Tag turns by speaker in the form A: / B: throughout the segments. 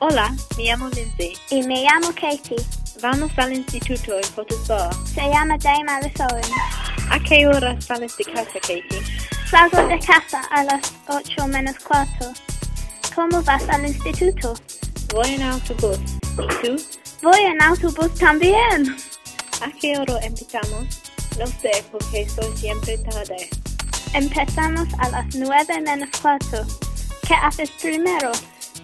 A: Hola, me llamo Lindsay.
B: Y me llamo Katie.
A: Vamos al instituto en Potosboa.
B: Se llama Day Madison.
A: ¿A qué hora sales de casa, Katie?
B: Salgo de casa a las 8 menos cuarto. ¿Cómo vas al instituto?
A: Voy en autobús. ¿Y tú?
B: Voy en autobús también.
A: ¿A qué hora empezamos? No sé, porque soy siempre tarde.
B: Empezamos a las 9 menos cuarto. ¿Qué haces primero?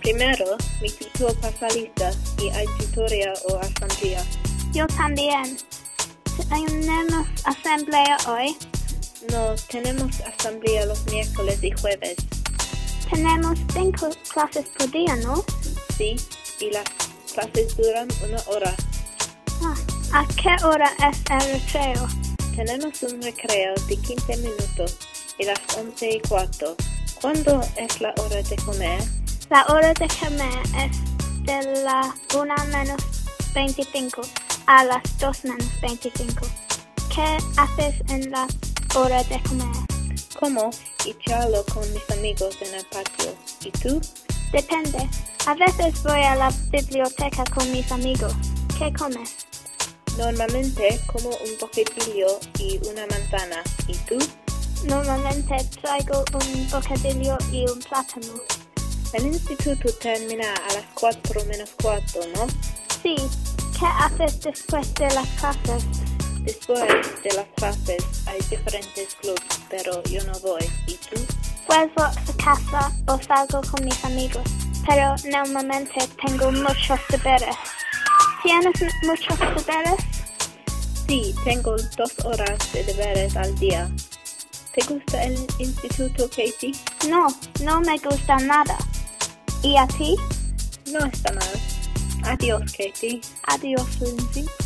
A: Primero, mi tutor pasa listas y hay tutoría o asamblea.
B: Yo también. Tenemos asamblea hoy.
A: No, tenemos asamblea los miércoles y jueves.
B: Tenemos cinco clases por día, ¿no?
A: Sí, y las clases duran una hora.
B: Ah, ¿A qué hora es el recreo?
A: Tenemos un recreo de 15 minutos y las 11 y cuarto. ¿Cuándo es la hora de comer?
B: La hora de comer es de la 1 menos 25 a las 2 menos 25. ¿Qué haces en la hora de comer?
A: Como y charlo con mis amigos en el patio. ¿Y tú?
B: Depende. A veces voy a la biblioteca con mis amigos. ¿Qué comes?
A: Normalmente como un bocadillo y una manzana. ¿Y tú?
B: Normalmente traigo un bocadillo y un plátano.
A: El instituto termina a las 4 menos cuarto, ¿no?
B: Sí. ¿Qué haces después de las clases?
A: Después de las clases hay diferentes clubes, pero yo no voy. ¿Y tú?
B: Vuelvo a casa o salgo con mis amigos, pero normalmente tengo muchos deberes. ¿Tienes m- muchos deberes?
A: Sí, tengo dos horas de deberes al día. ¿Te gusta el instituto, Katie?
B: No, no me gusta nada. ¿Y a ti?
A: No está mal. Adiós, Katie.
B: Adiós, Lindsay.